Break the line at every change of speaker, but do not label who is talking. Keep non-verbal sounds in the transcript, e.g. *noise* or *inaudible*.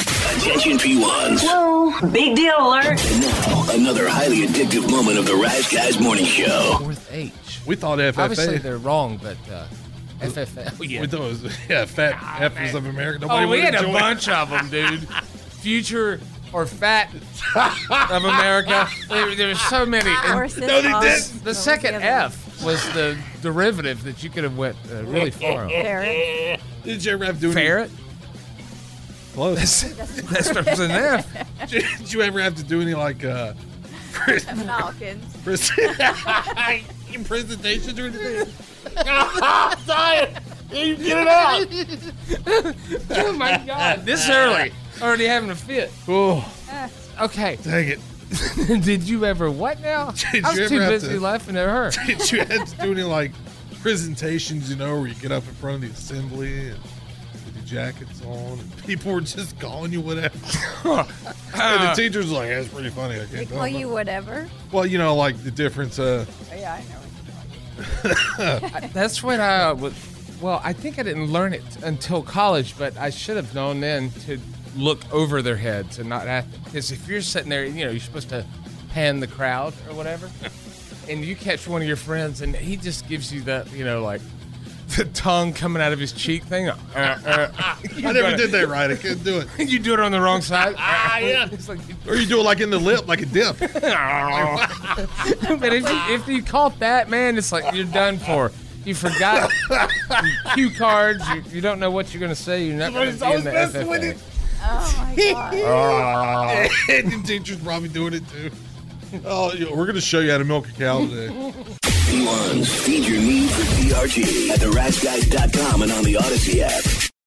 Attention P1s.
Whoa, Oh. big deal alert.
Now, another highly addictive moment of the Rise Guys Morning Show.
Fourth H.
We thought FFA.
Obviously, they're wrong, but uh, FFA.
We thought it was yeah, fat F of America. Nobody
Oh, we
would
had a
enjoy it.
bunch of them, dude. *laughs* Future or fat of America. There, there were so many. And
Or sis
No, they
boss.
didn't.
What
the
was
second
other
F was the derivative that you could have went uh, really
one?
far *laughs* on.
Ferret.
Did you ever have to
*laughs*
do
Ferret.
any
*laughs*
close? *laughs*
That starts
*laughs*
with an F.
Did you ever have to do any like uh pres-
Falcons.
pres- *laughs* presentations
*laughs*
or anything? *laughs*
Oh my God! This early, already having a fit.
Oh,
Okay. *laughs*
dang it. *laughs*
Did you ever what now?
Did
I was
you
too
ever have
busy
to-
laughing at her.
Did you have to do any like presentations, you know, where you get up in front of the assembly and with your jackets on and people were just calling you whatever? *laughs* and
*laughs*
the teacher's like, that's pretty funny. I
They
can't
call you whatever.
Well, you know, like the difference uh
Yeah, I know.
That's what I was. Well, I think I didn't learn it until college, but I should have known then to look over their heads and not at them. Because if you're sitting there, you know, you're supposed to pan the crowd or *laughs* whatever, and you catch one of your friends and he just gives you that, you know, like the tongue coming out of his cheek thing. Uh, uh,
I never did that right. I couldn't do it.
You do it on the wrong side. Ah, yeah. *laughs* It's like,
Or you do it like in the lip, like a dip.
*laughs* but if you, if you caught that, man, it's like you're done for. You forgot your cue cards. You, you don't know what you're going to say. You're not going to be in the FFA.
Oh my
*laughs*
god.
Ah. and the teacher's probably doing it too. Oh, you know, we're gonna show you how to milk a cow today.
P1s, feed your need for DRG at theriseguys.com and on the Odyssey app.